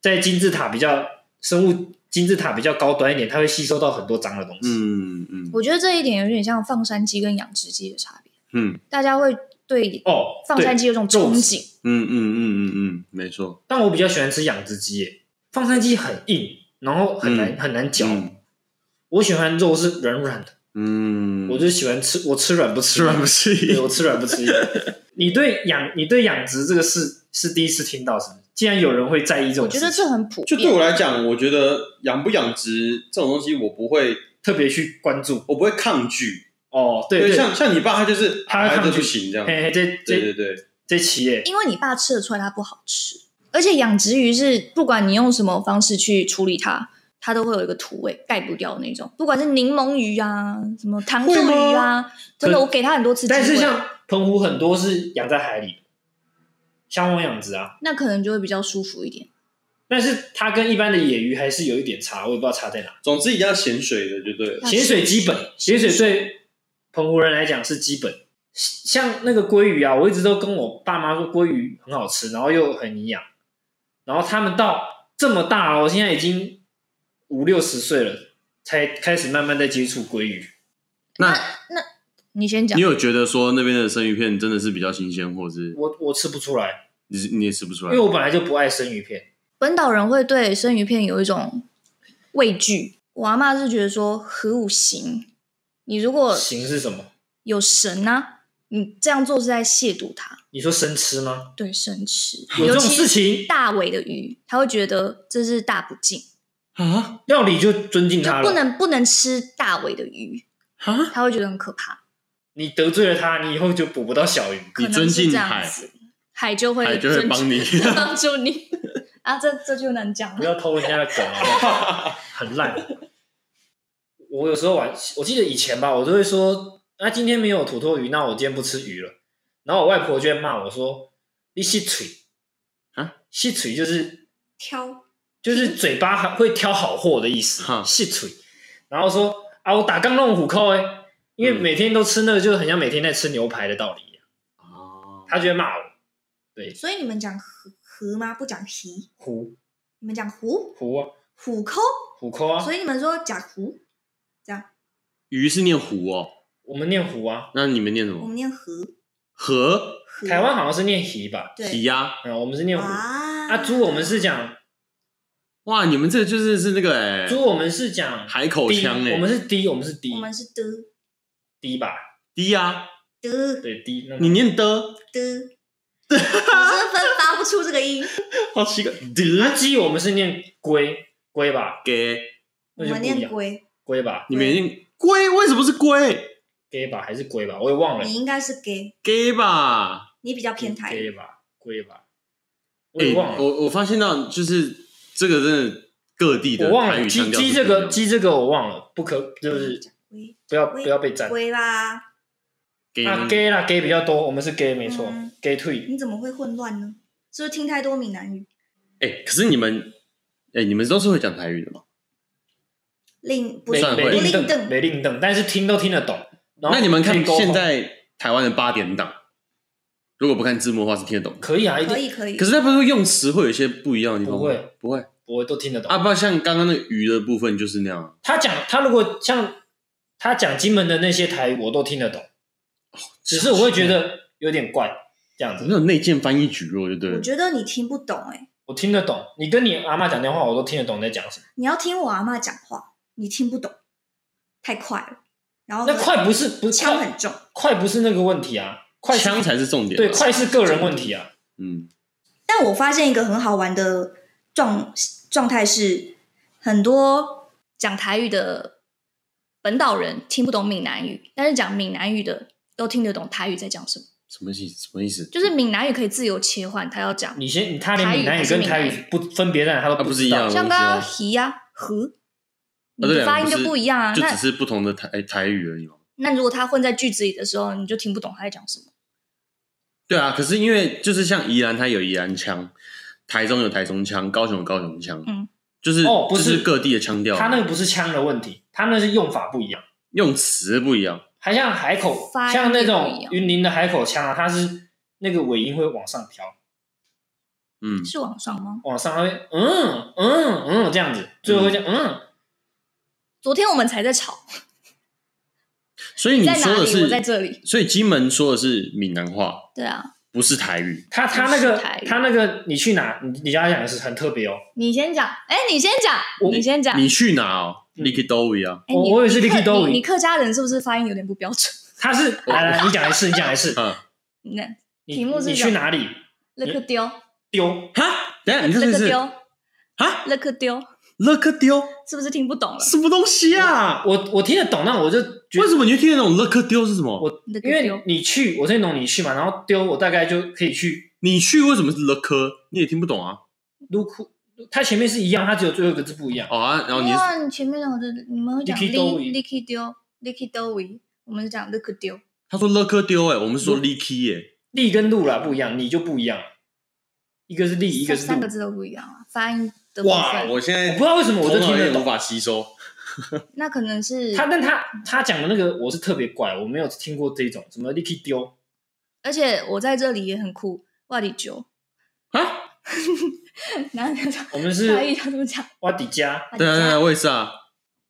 Speaker 1: 在金字塔比较生物金字塔比较高端一点，它会吸收到很多脏的东西，
Speaker 2: 嗯嗯
Speaker 3: 我觉得这一点有点像放山鸡跟养殖鸡的差别，
Speaker 2: 嗯
Speaker 3: 大家会对
Speaker 1: 哦，
Speaker 3: 放
Speaker 1: 对
Speaker 3: 山鸡有种憧憬，
Speaker 2: 嗯嗯嗯嗯嗯，没错，
Speaker 1: 但我比较喜欢吃养殖鸡耶，放山鸡很硬，然后很难、很难嚼。
Speaker 2: 嗯
Speaker 1: 我喜欢肉是软软的，
Speaker 2: 嗯，
Speaker 1: 我就喜欢吃，我吃软不吃
Speaker 2: 吃软不
Speaker 1: 硬，
Speaker 2: 吃
Speaker 1: 对
Speaker 2: 硬
Speaker 1: 我，吃软不吃 硬。你对养你对养殖这个事是第一次听到，是不是？竟然有人会在意这
Speaker 3: 我
Speaker 1: 种
Speaker 3: 觉
Speaker 1: 事
Speaker 3: 得
Speaker 1: 情，
Speaker 3: 这很普
Speaker 4: 就对我
Speaker 3: 遍。
Speaker 4: 来讲，我觉得养不养殖这种东西，我不会，
Speaker 1: 特别去关注
Speaker 4: 我不会抗拒。
Speaker 1: 哦，对对，
Speaker 4: 像像你爸，他就是
Speaker 1: 他会
Speaker 4: 啊
Speaker 1: 抗
Speaker 4: 这
Speaker 1: 拒
Speaker 4: 不行这样。
Speaker 1: 嘿嘿，这
Speaker 4: 对
Speaker 1: 这
Speaker 4: 对对，
Speaker 1: 这期耶，
Speaker 3: 因为你爸吃得出来它不好吃，而且养殖鱼是不管你用什么方式去处理它，它都会有一个土味盖不掉的那种，不管是柠檬鱼啊，什么糖醋鱼啊，真的
Speaker 1: 可
Speaker 3: 我给他很多次机会，
Speaker 1: 但是像澎湖很多是养在海里，相网养殖啊，
Speaker 3: 那可能就会比较舒服一点。
Speaker 1: 但是它跟一般的野鱼还是有一点差，我也不知道差在哪。
Speaker 4: 总之一定要咸水的就对了。
Speaker 3: 要
Speaker 1: 潜水基本，
Speaker 3: 潜
Speaker 1: 潜
Speaker 3: 水
Speaker 1: 水对澎湖人来讲是基本。像那个鲑鱼啊，我一直都跟我爸妈说鲑鱼很好吃，然后又很营养。然后他们到这么大哦，现在已经五六十岁了，才开始慢慢在接触鲑鱼。
Speaker 2: 那
Speaker 3: 你先讲
Speaker 2: 你，有觉得说那边的生鱼片真的是比较新鲜，或是
Speaker 1: 我我吃不出来，
Speaker 2: 你是你也吃不出
Speaker 1: 因
Speaker 2: 来
Speaker 1: 为？我本来就不爱生鱼片。
Speaker 3: 本岛人会对生鱼片有一种畏惧。我阿妈是觉得说核武行，你如果
Speaker 1: 行是什么？
Speaker 3: 有神啊，你这样做是在亵渎它，
Speaker 1: 你说生吃吗？
Speaker 3: 对神吃。
Speaker 1: 有这
Speaker 3: 尤
Speaker 1: 种
Speaker 3: 其
Speaker 1: 事情，
Speaker 3: 大尾的鱼，他会觉得这是大不敬，
Speaker 2: 啊
Speaker 1: 料理就尊敬
Speaker 3: 就
Speaker 1: 他
Speaker 3: 不
Speaker 1: 了。
Speaker 3: 能不能吃大尾的鱼，
Speaker 2: 啊！
Speaker 3: 他会觉得很可怕。
Speaker 1: 你得罪了他，你以后就捕不到小鱼。
Speaker 3: 可
Speaker 2: 你
Speaker 3: 能
Speaker 2: 尊
Speaker 3: 是
Speaker 2: 敬
Speaker 3: 这样
Speaker 2: 海，
Speaker 3: 子，海就会
Speaker 2: 海就会
Speaker 3: 尊
Speaker 2: 帮你。
Speaker 3: 帮助你啊，这这就难讲
Speaker 1: 不
Speaker 3: 了。
Speaker 1: 要偷人家的梗啊， 很烂。我有时候玩，我记得以前吧，我都会说，那、今天没有土托鱼，那我今天不吃鱼了。然后我外婆就会骂我说：“你吸嘴
Speaker 2: 啊，
Speaker 1: 吸嘴就是
Speaker 3: 挑
Speaker 1: 就是嘴巴还会挑好货的意思
Speaker 2: 哈，
Speaker 1: 吸嘴。”然后说啊，我打刚弄虎扣哎，因为
Speaker 2: 嗯
Speaker 1: 每天都吃那个，就很像每天在吃牛排的道理一样。她就会骂我
Speaker 3: 所以你们讲河河吗？不讲皮，
Speaker 1: 虎
Speaker 3: 你们讲湖
Speaker 1: 虎啊，
Speaker 3: 虎抠，
Speaker 1: 虎扣啊，
Speaker 3: 以你们说假湖，
Speaker 2: 鱼是念湖哦，
Speaker 1: 我们念虎啊，
Speaker 2: 那你们念什么？
Speaker 3: 念河
Speaker 2: 河
Speaker 3: 河
Speaker 1: 台湾好像是念皮吧？
Speaker 2: 皮呀？
Speaker 1: 嗯，我们是念虎。
Speaker 3: 嗯啊
Speaker 1: 啊，猪我们是讲
Speaker 2: 哇，你们这就是是那个哎，
Speaker 1: 猪，我们是讲
Speaker 2: 海口
Speaker 1: 低，
Speaker 2: 腔
Speaker 1: 我们
Speaker 2: 哎，
Speaker 1: 是低，我们是低，
Speaker 3: 是的
Speaker 1: 低吧？
Speaker 2: 低呀，
Speaker 3: 的
Speaker 1: 对，低。那
Speaker 2: 你念的，
Speaker 3: 的， 我真的分发不出这个音。
Speaker 2: 好奇怪，
Speaker 1: 那
Speaker 2: 的
Speaker 1: 鸡我们是念龟龟吧？
Speaker 2: 给
Speaker 1: 那就不一样，
Speaker 3: 龟，
Speaker 1: 龟吧，
Speaker 2: 你们念龟，为什么是龟？
Speaker 1: 龟吧还是龟吧？我也忘了，
Speaker 3: 应该是给，
Speaker 2: 给吧？
Speaker 3: 你比较
Speaker 1: 龟吧，龟吧，我
Speaker 2: 哎，
Speaker 1: 也忘了，
Speaker 2: 我我发现到就是这个真的各地的
Speaker 1: 我忘
Speaker 2: 台
Speaker 1: 了
Speaker 2: 语
Speaker 1: 鸡
Speaker 2: 腔调是
Speaker 1: 鸡
Speaker 2: 不
Speaker 1: 这
Speaker 2: 一样
Speaker 1: 个
Speaker 2: 的
Speaker 1: 鸡这个我忘了，不可就是
Speaker 3: 龟
Speaker 1: 不要不要被占。
Speaker 3: 龟吧？
Speaker 2: 给
Speaker 1: 啊，gay 啦，gay 比较多，我们是 gay 没错
Speaker 3: 嗯
Speaker 1: ，gay 退
Speaker 3: 你怎么会混乱呢？是不是听太多闽南语？
Speaker 2: 哎，可是你们哎，你们都是会讲台语的吗？
Speaker 3: 令不
Speaker 1: 没
Speaker 3: 是
Speaker 2: 算
Speaker 1: 没
Speaker 2: 会
Speaker 3: 不
Speaker 1: 令
Speaker 3: 令
Speaker 1: 邓
Speaker 3: 邓，
Speaker 1: 没令邓，但是听都听得懂。然后
Speaker 2: 那你们
Speaker 1: 可以
Speaker 2: 看
Speaker 1: 沟通
Speaker 2: 现在台湾的八点档，如果不看字幕的话是听得懂的。
Speaker 1: 可以啊，一
Speaker 3: 可
Speaker 1: 定
Speaker 3: 以可以
Speaker 2: 可。是它不是用词会有一些不一样的地方吗？
Speaker 1: 不会，
Speaker 2: 不会
Speaker 1: 我都听得懂
Speaker 2: 啊！不像刚刚那个鱼的部分就是那样，
Speaker 1: 他讲他如果像他讲金门的那些台语，我都听得懂，
Speaker 2: 哦
Speaker 1: 只是我会觉得有点怪这样
Speaker 2: 我
Speaker 1: 子
Speaker 2: 们。有内建翻译局哦，就对
Speaker 3: 我
Speaker 2: 了。
Speaker 3: 觉得你听不懂哎，
Speaker 1: 我听得懂，你跟你阿妈讲电话，我都听得懂你在讲什么。
Speaker 3: 你要听我阿妈讲话，你听不懂，太快了。然后
Speaker 1: 那快不是不是
Speaker 3: 腔
Speaker 1: 快
Speaker 3: 很重，
Speaker 1: 快不是那个问题啊，快是
Speaker 2: 腔才是重点。啊
Speaker 1: 对，快是个人问题啊。
Speaker 2: 嗯，
Speaker 3: 但我发现一个很好玩的状状态是，很多讲台语的本岛人听不懂闽南语，但是讲闽南语的都听得懂台语在讲什么。
Speaker 2: 什么意思？什么意思？
Speaker 3: 就是闽南语可以自由切换，他要讲，
Speaker 1: 你先，你他连闽南语
Speaker 3: 台语还是
Speaker 1: 跟
Speaker 3: 闽南
Speaker 1: 台
Speaker 3: 语
Speaker 1: 语不分别在哪，他都
Speaker 2: 啊，不是一
Speaker 1: 知道
Speaker 2: 样，
Speaker 3: 像
Speaker 2: 我
Speaker 3: 刚刚
Speaker 2: 不知
Speaker 3: “皮”啊、“和”，你
Speaker 2: 道
Speaker 3: 的发音
Speaker 2: 啊
Speaker 3: 就
Speaker 2: 对啊
Speaker 3: 不一样啊。
Speaker 2: 就只
Speaker 3: 那
Speaker 2: 是不同的哎台台语而已嘛。
Speaker 3: 那如果他混在句子里的时候，你就听不懂他在讲什么。
Speaker 2: 对啊，可是因为就是像宜兰，它有宜兰腔，台中有台中腔，高雄有高雄腔，
Speaker 3: 嗯，
Speaker 2: 就是
Speaker 1: 哦不
Speaker 2: 就是是各地的腔调，
Speaker 1: 他那个不是腔的问题，他那是用法不一样。
Speaker 2: 用词不一样。
Speaker 1: 还像海口
Speaker 3: 发，音
Speaker 1: 像那
Speaker 3: 不一
Speaker 1: 种
Speaker 3: 样
Speaker 1: 云林的海口腔啊，它是那个尾音会往上调，
Speaker 2: 嗯，
Speaker 3: 是网上吗？
Speaker 1: 往上它会嗯嗯嗯这样子，最后会这样嗯
Speaker 3: 昨天我们才在吵，
Speaker 2: 所以你
Speaker 3: 在哪
Speaker 2: 说的
Speaker 3: 里？
Speaker 2: 是
Speaker 3: 我在这里。
Speaker 2: 所以金门说的是闽南话，
Speaker 3: 对啊，
Speaker 2: 不是台语。
Speaker 1: 他他那个
Speaker 3: 是台语
Speaker 1: 他那个，你去哪？你你要讲的是很特别哦。
Speaker 3: 你先讲，哎，你先讲，你先讲。
Speaker 2: 你去哪哦？
Speaker 1: 嗯
Speaker 2: 你去都位啊？
Speaker 3: 哎
Speaker 1: 我
Speaker 3: 你
Speaker 1: 我以为是
Speaker 3: 你客
Speaker 1: Licky Dowie
Speaker 3: 你你客家人是不是发音有点不标准？
Speaker 1: 他是来来，你讲一次，你讲一次。
Speaker 2: 嗯，
Speaker 3: 那
Speaker 1: 你
Speaker 3: 题目是
Speaker 1: 你
Speaker 3: 什
Speaker 1: 去
Speaker 3: 么
Speaker 1: 哪里
Speaker 3: 勒克丢，
Speaker 1: 丢？
Speaker 2: 哈，等一下你这
Speaker 3: 勒
Speaker 2: 是
Speaker 3: 克
Speaker 2: 是
Speaker 3: 丢，
Speaker 1: 啊
Speaker 2: 哈，
Speaker 3: 勒克丢，
Speaker 2: 乐克丢
Speaker 3: 是不是听不懂了？
Speaker 2: 什么东西啊？
Speaker 1: 我我听得懂，那我就觉
Speaker 2: 为
Speaker 1: 得，
Speaker 2: 什么你会听得懂乐克丢是什么？
Speaker 1: 我
Speaker 3: 勒克
Speaker 1: 因为
Speaker 3: 丢，
Speaker 1: 你去，我听得懂你去嘛，然后丢，我大概就可以去
Speaker 2: 你去为什么是乐克？你也听不懂啊？
Speaker 1: 撸库。它前面是一样，它只有最后一个字不一样。
Speaker 2: 哦啊，然后你
Speaker 3: 因
Speaker 2: 是
Speaker 3: 为前面两个你们会讲
Speaker 1: Licky Dowie
Speaker 3: 勒克丢，勒克丢维，我们是讲勒克丢。
Speaker 2: 他说乐克丢哎，我们是说 Licky 耶，
Speaker 1: 力跟路啦不一样，你就不一样了，一个是力，一个是
Speaker 3: 三
Speaker 1: 路
Speaker 3: 个。字都不一样啊，发音的部
Speaker 2: 哇
Speaker 3: 分。
Speaker 2: 我现
Speaker 1: 我不知道为什么我就听得
Speaker 2: 头脑有点
Speaker 1: 懂
Speaker 2: 无法吸收。
Speaker 3: 那可能是
Speaker 1: 他，但他他讲的那个我是特别怪，我没有听过这种什么 Licky 丢，
Speaker 3: 而且我在这里也很酷，哇里九
Speaker 2: 啊？
Speaker 3: 然后他说
Speaker 1: 我们
Speaker 3: 台
Speaker 1: 是
Speaker 3: 语要怎么讲？
Speaker 1: 挖底家。
Speaker 3: 哇
Speaker 2: 对啊，
Speaker 3: 里
Speaker 2: 对啊，
Speaker 3: 九
Speaker 2: 我也是啊。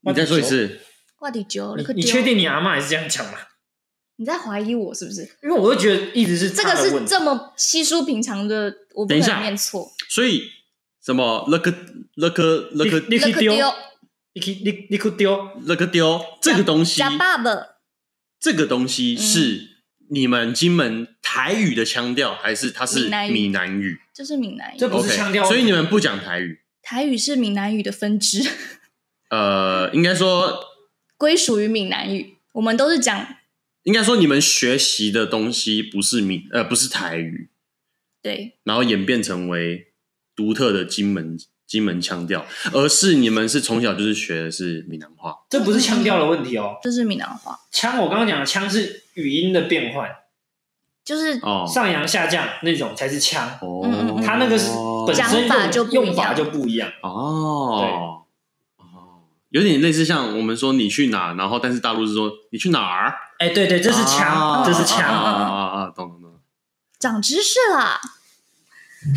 Speaker 2: 你再说一次，
Speaker 3: 哇里九，勒
Speaker 1: 你
Speaker 3: 克
Speaker 1: 你
Speaker 3: 丢
Speaker 1: 确？定你阿妈也是这样讲吗？
Speaker 3: 你在怀疑我是不是？
Speaker 1: 因为我就觉得一直是
Speaker 3: 这
Speaker 1: 他
Speaker 3: 个
Speaker 1: 的
Speaker 3: 是
Speaker 1: 问题
Speaker 3: 这么稀疏平常的，我不
Speaker 2: 等
Speaker 3: 可
Speaker 2: 一下
Speaker 3: 能念错。
Speaker 2: 所以什么乐克乐克乐克
Speaker 1: Licky
Speaker 3: 勒克
Speaker 1: 丢
Speaker 3: 丢，
Speaker 1: ，Licky Lick Licky 丢，
Speaker 2: 乐克丢这个东西，
Speaker 3: 假爸爸，
Speaker 2: 这个东
Speaker 1: 嗯
Speaker 2: 西是你们金门台语的腔调，还是它是
Speaker 3: 闽南语
Speaker 2: 闽南语
Speaker 3: 这是闽南语
Speaker 1: 这，不是
Speaker 2: ？OK，
Speaker 1: 腔调
Speaker 2: 所以你们不讲台语，
Speaker 3: 台语是闽南语的分支，
Speaker 2: 呃，应该说
Speaker 3: 归属于闽南语。我们都是讲
Speaker 2: 应该说你们学习的东西不是闽呃不是台语，
Speaker 3: 对
Speaker 2: 然后演变成为独特的金门金门腔调，而是你们是从小就是学的是闽南话。
Speaker 1: 这不是腔调的问题哦。
Speaker 3: 这是闽南话，
Speaker 1: 腔我刚刚讲的腔是语音的变换，
Speaker 3: 就是
Speaker 2: 哦，
Speaker 1: 上扬下降那种才是腔，
Speaker 2: 哦
Speaker 3: 嗯嗯嗯
Speaker 1: 他那个是本身用
Speaker 3: 讲法就不一样
Speaker 1: 用法就不一样。
Speaker 2: 哦，哦，有点类似像我们说你去哪，然后但是大陆是说你去哪儿，
Speaker 1: 哎，对对，这是腔，
Speaker 2: 啊
Speaker 1: 这是
Speaker 2: 啊
Speaker 1: 腔。
Speaker 2: 啊啊啊啊！懂懂懂，
Speaker 3: 长知识啦。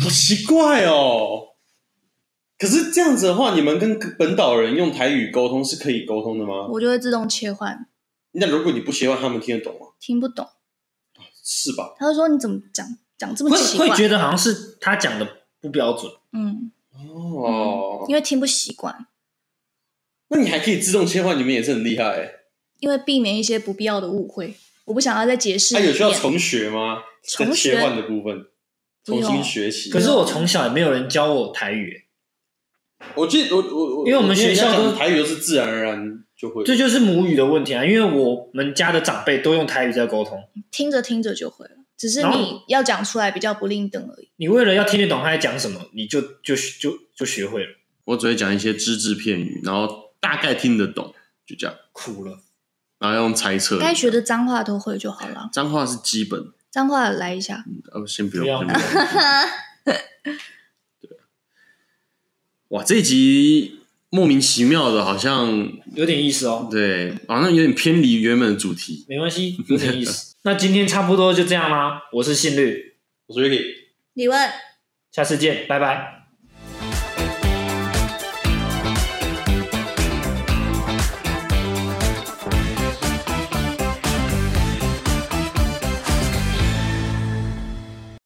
Speaker 4: 好奇怪哦。可是这样子的话，你们跟本岛人用台语沟通是可以沟通的吗？
Speaker 3: 我就会自动切换，
Speaker 4: 那如果你不切换，他们听得懂吗？
Speaker 3: 听不懂。
Speaker 4: 是吧？
Speaker 3: 他就说你怎么讲讲这么
Speaker 1: 会
Speaker 3: 奇怪
Speaker 1: 会？觉得好像是他讲的不标准，
Speaker 3: 嗯，
Speaker 1: 嗯
Speaker 4: 哦，
Speaker 3: 因为听不习惯，
Speaker 4: 那你还可以自动切换，你们也是很厉害欸。
Speaker 3: 因为避免一些不必要的误会，我不想要再解释
Speaker 2: 啊
Speaker 4: 那、
Speaker 3: 一
Speaker 4: 有需要
Speaker 3: 遍。
Speaker 4: 重学吗？在
Speaker 3: 重学
Speaker 4: 切换的部分，
Speaker 3: 不
Speaker 4: 重
Speaker 3: 用
Speaker 4: 新学习。
Speaker 1: 可是我从小也没有人教我台语，
Speaker 4: 我记得我我我，
Speaker 1: 因为我们学校都
Speaker 4: 因为人家讲台语都是自然而然就会。
Speaker 1: 这就是母语的问题啊。因为我们家的长辈都用台语在沟通，
Speaker 3: 听着听着就会了，只是
Speaker 1: 然后
Speaker 3: 你要讲出来比较不吝等而已。
Speaker 1: 你为了要听得懂他在讲什么，你就就就就学会了，
Speaker 2: 我只会讲一些只字片语，然后大概听得懂，就这样，
Speaker 1: 苦了。
Speaker 2: 然后用猜测。
Speaker 3: 该学的脏话都会就好了，
Speaker 2: 脏话是基本，
Speaker 3: 脏话来一下。
Speaker 2: 呃，先不用，
Speaker 1: 不要
Speaker 2: 先不 用。对啊，哇，这一集莫名其妙的，好像
Speaker 1: 有点意思哦，
Speaker 2: 对，好像有点偏离原本的主题。
Speaker 1: 没关系，有点意思。 那今天差不多就这样啦，我是信律，
Speaker 4: 我觉得可以。
Speaker 3: 李问。
Speaker 1: 下次见，拜拜。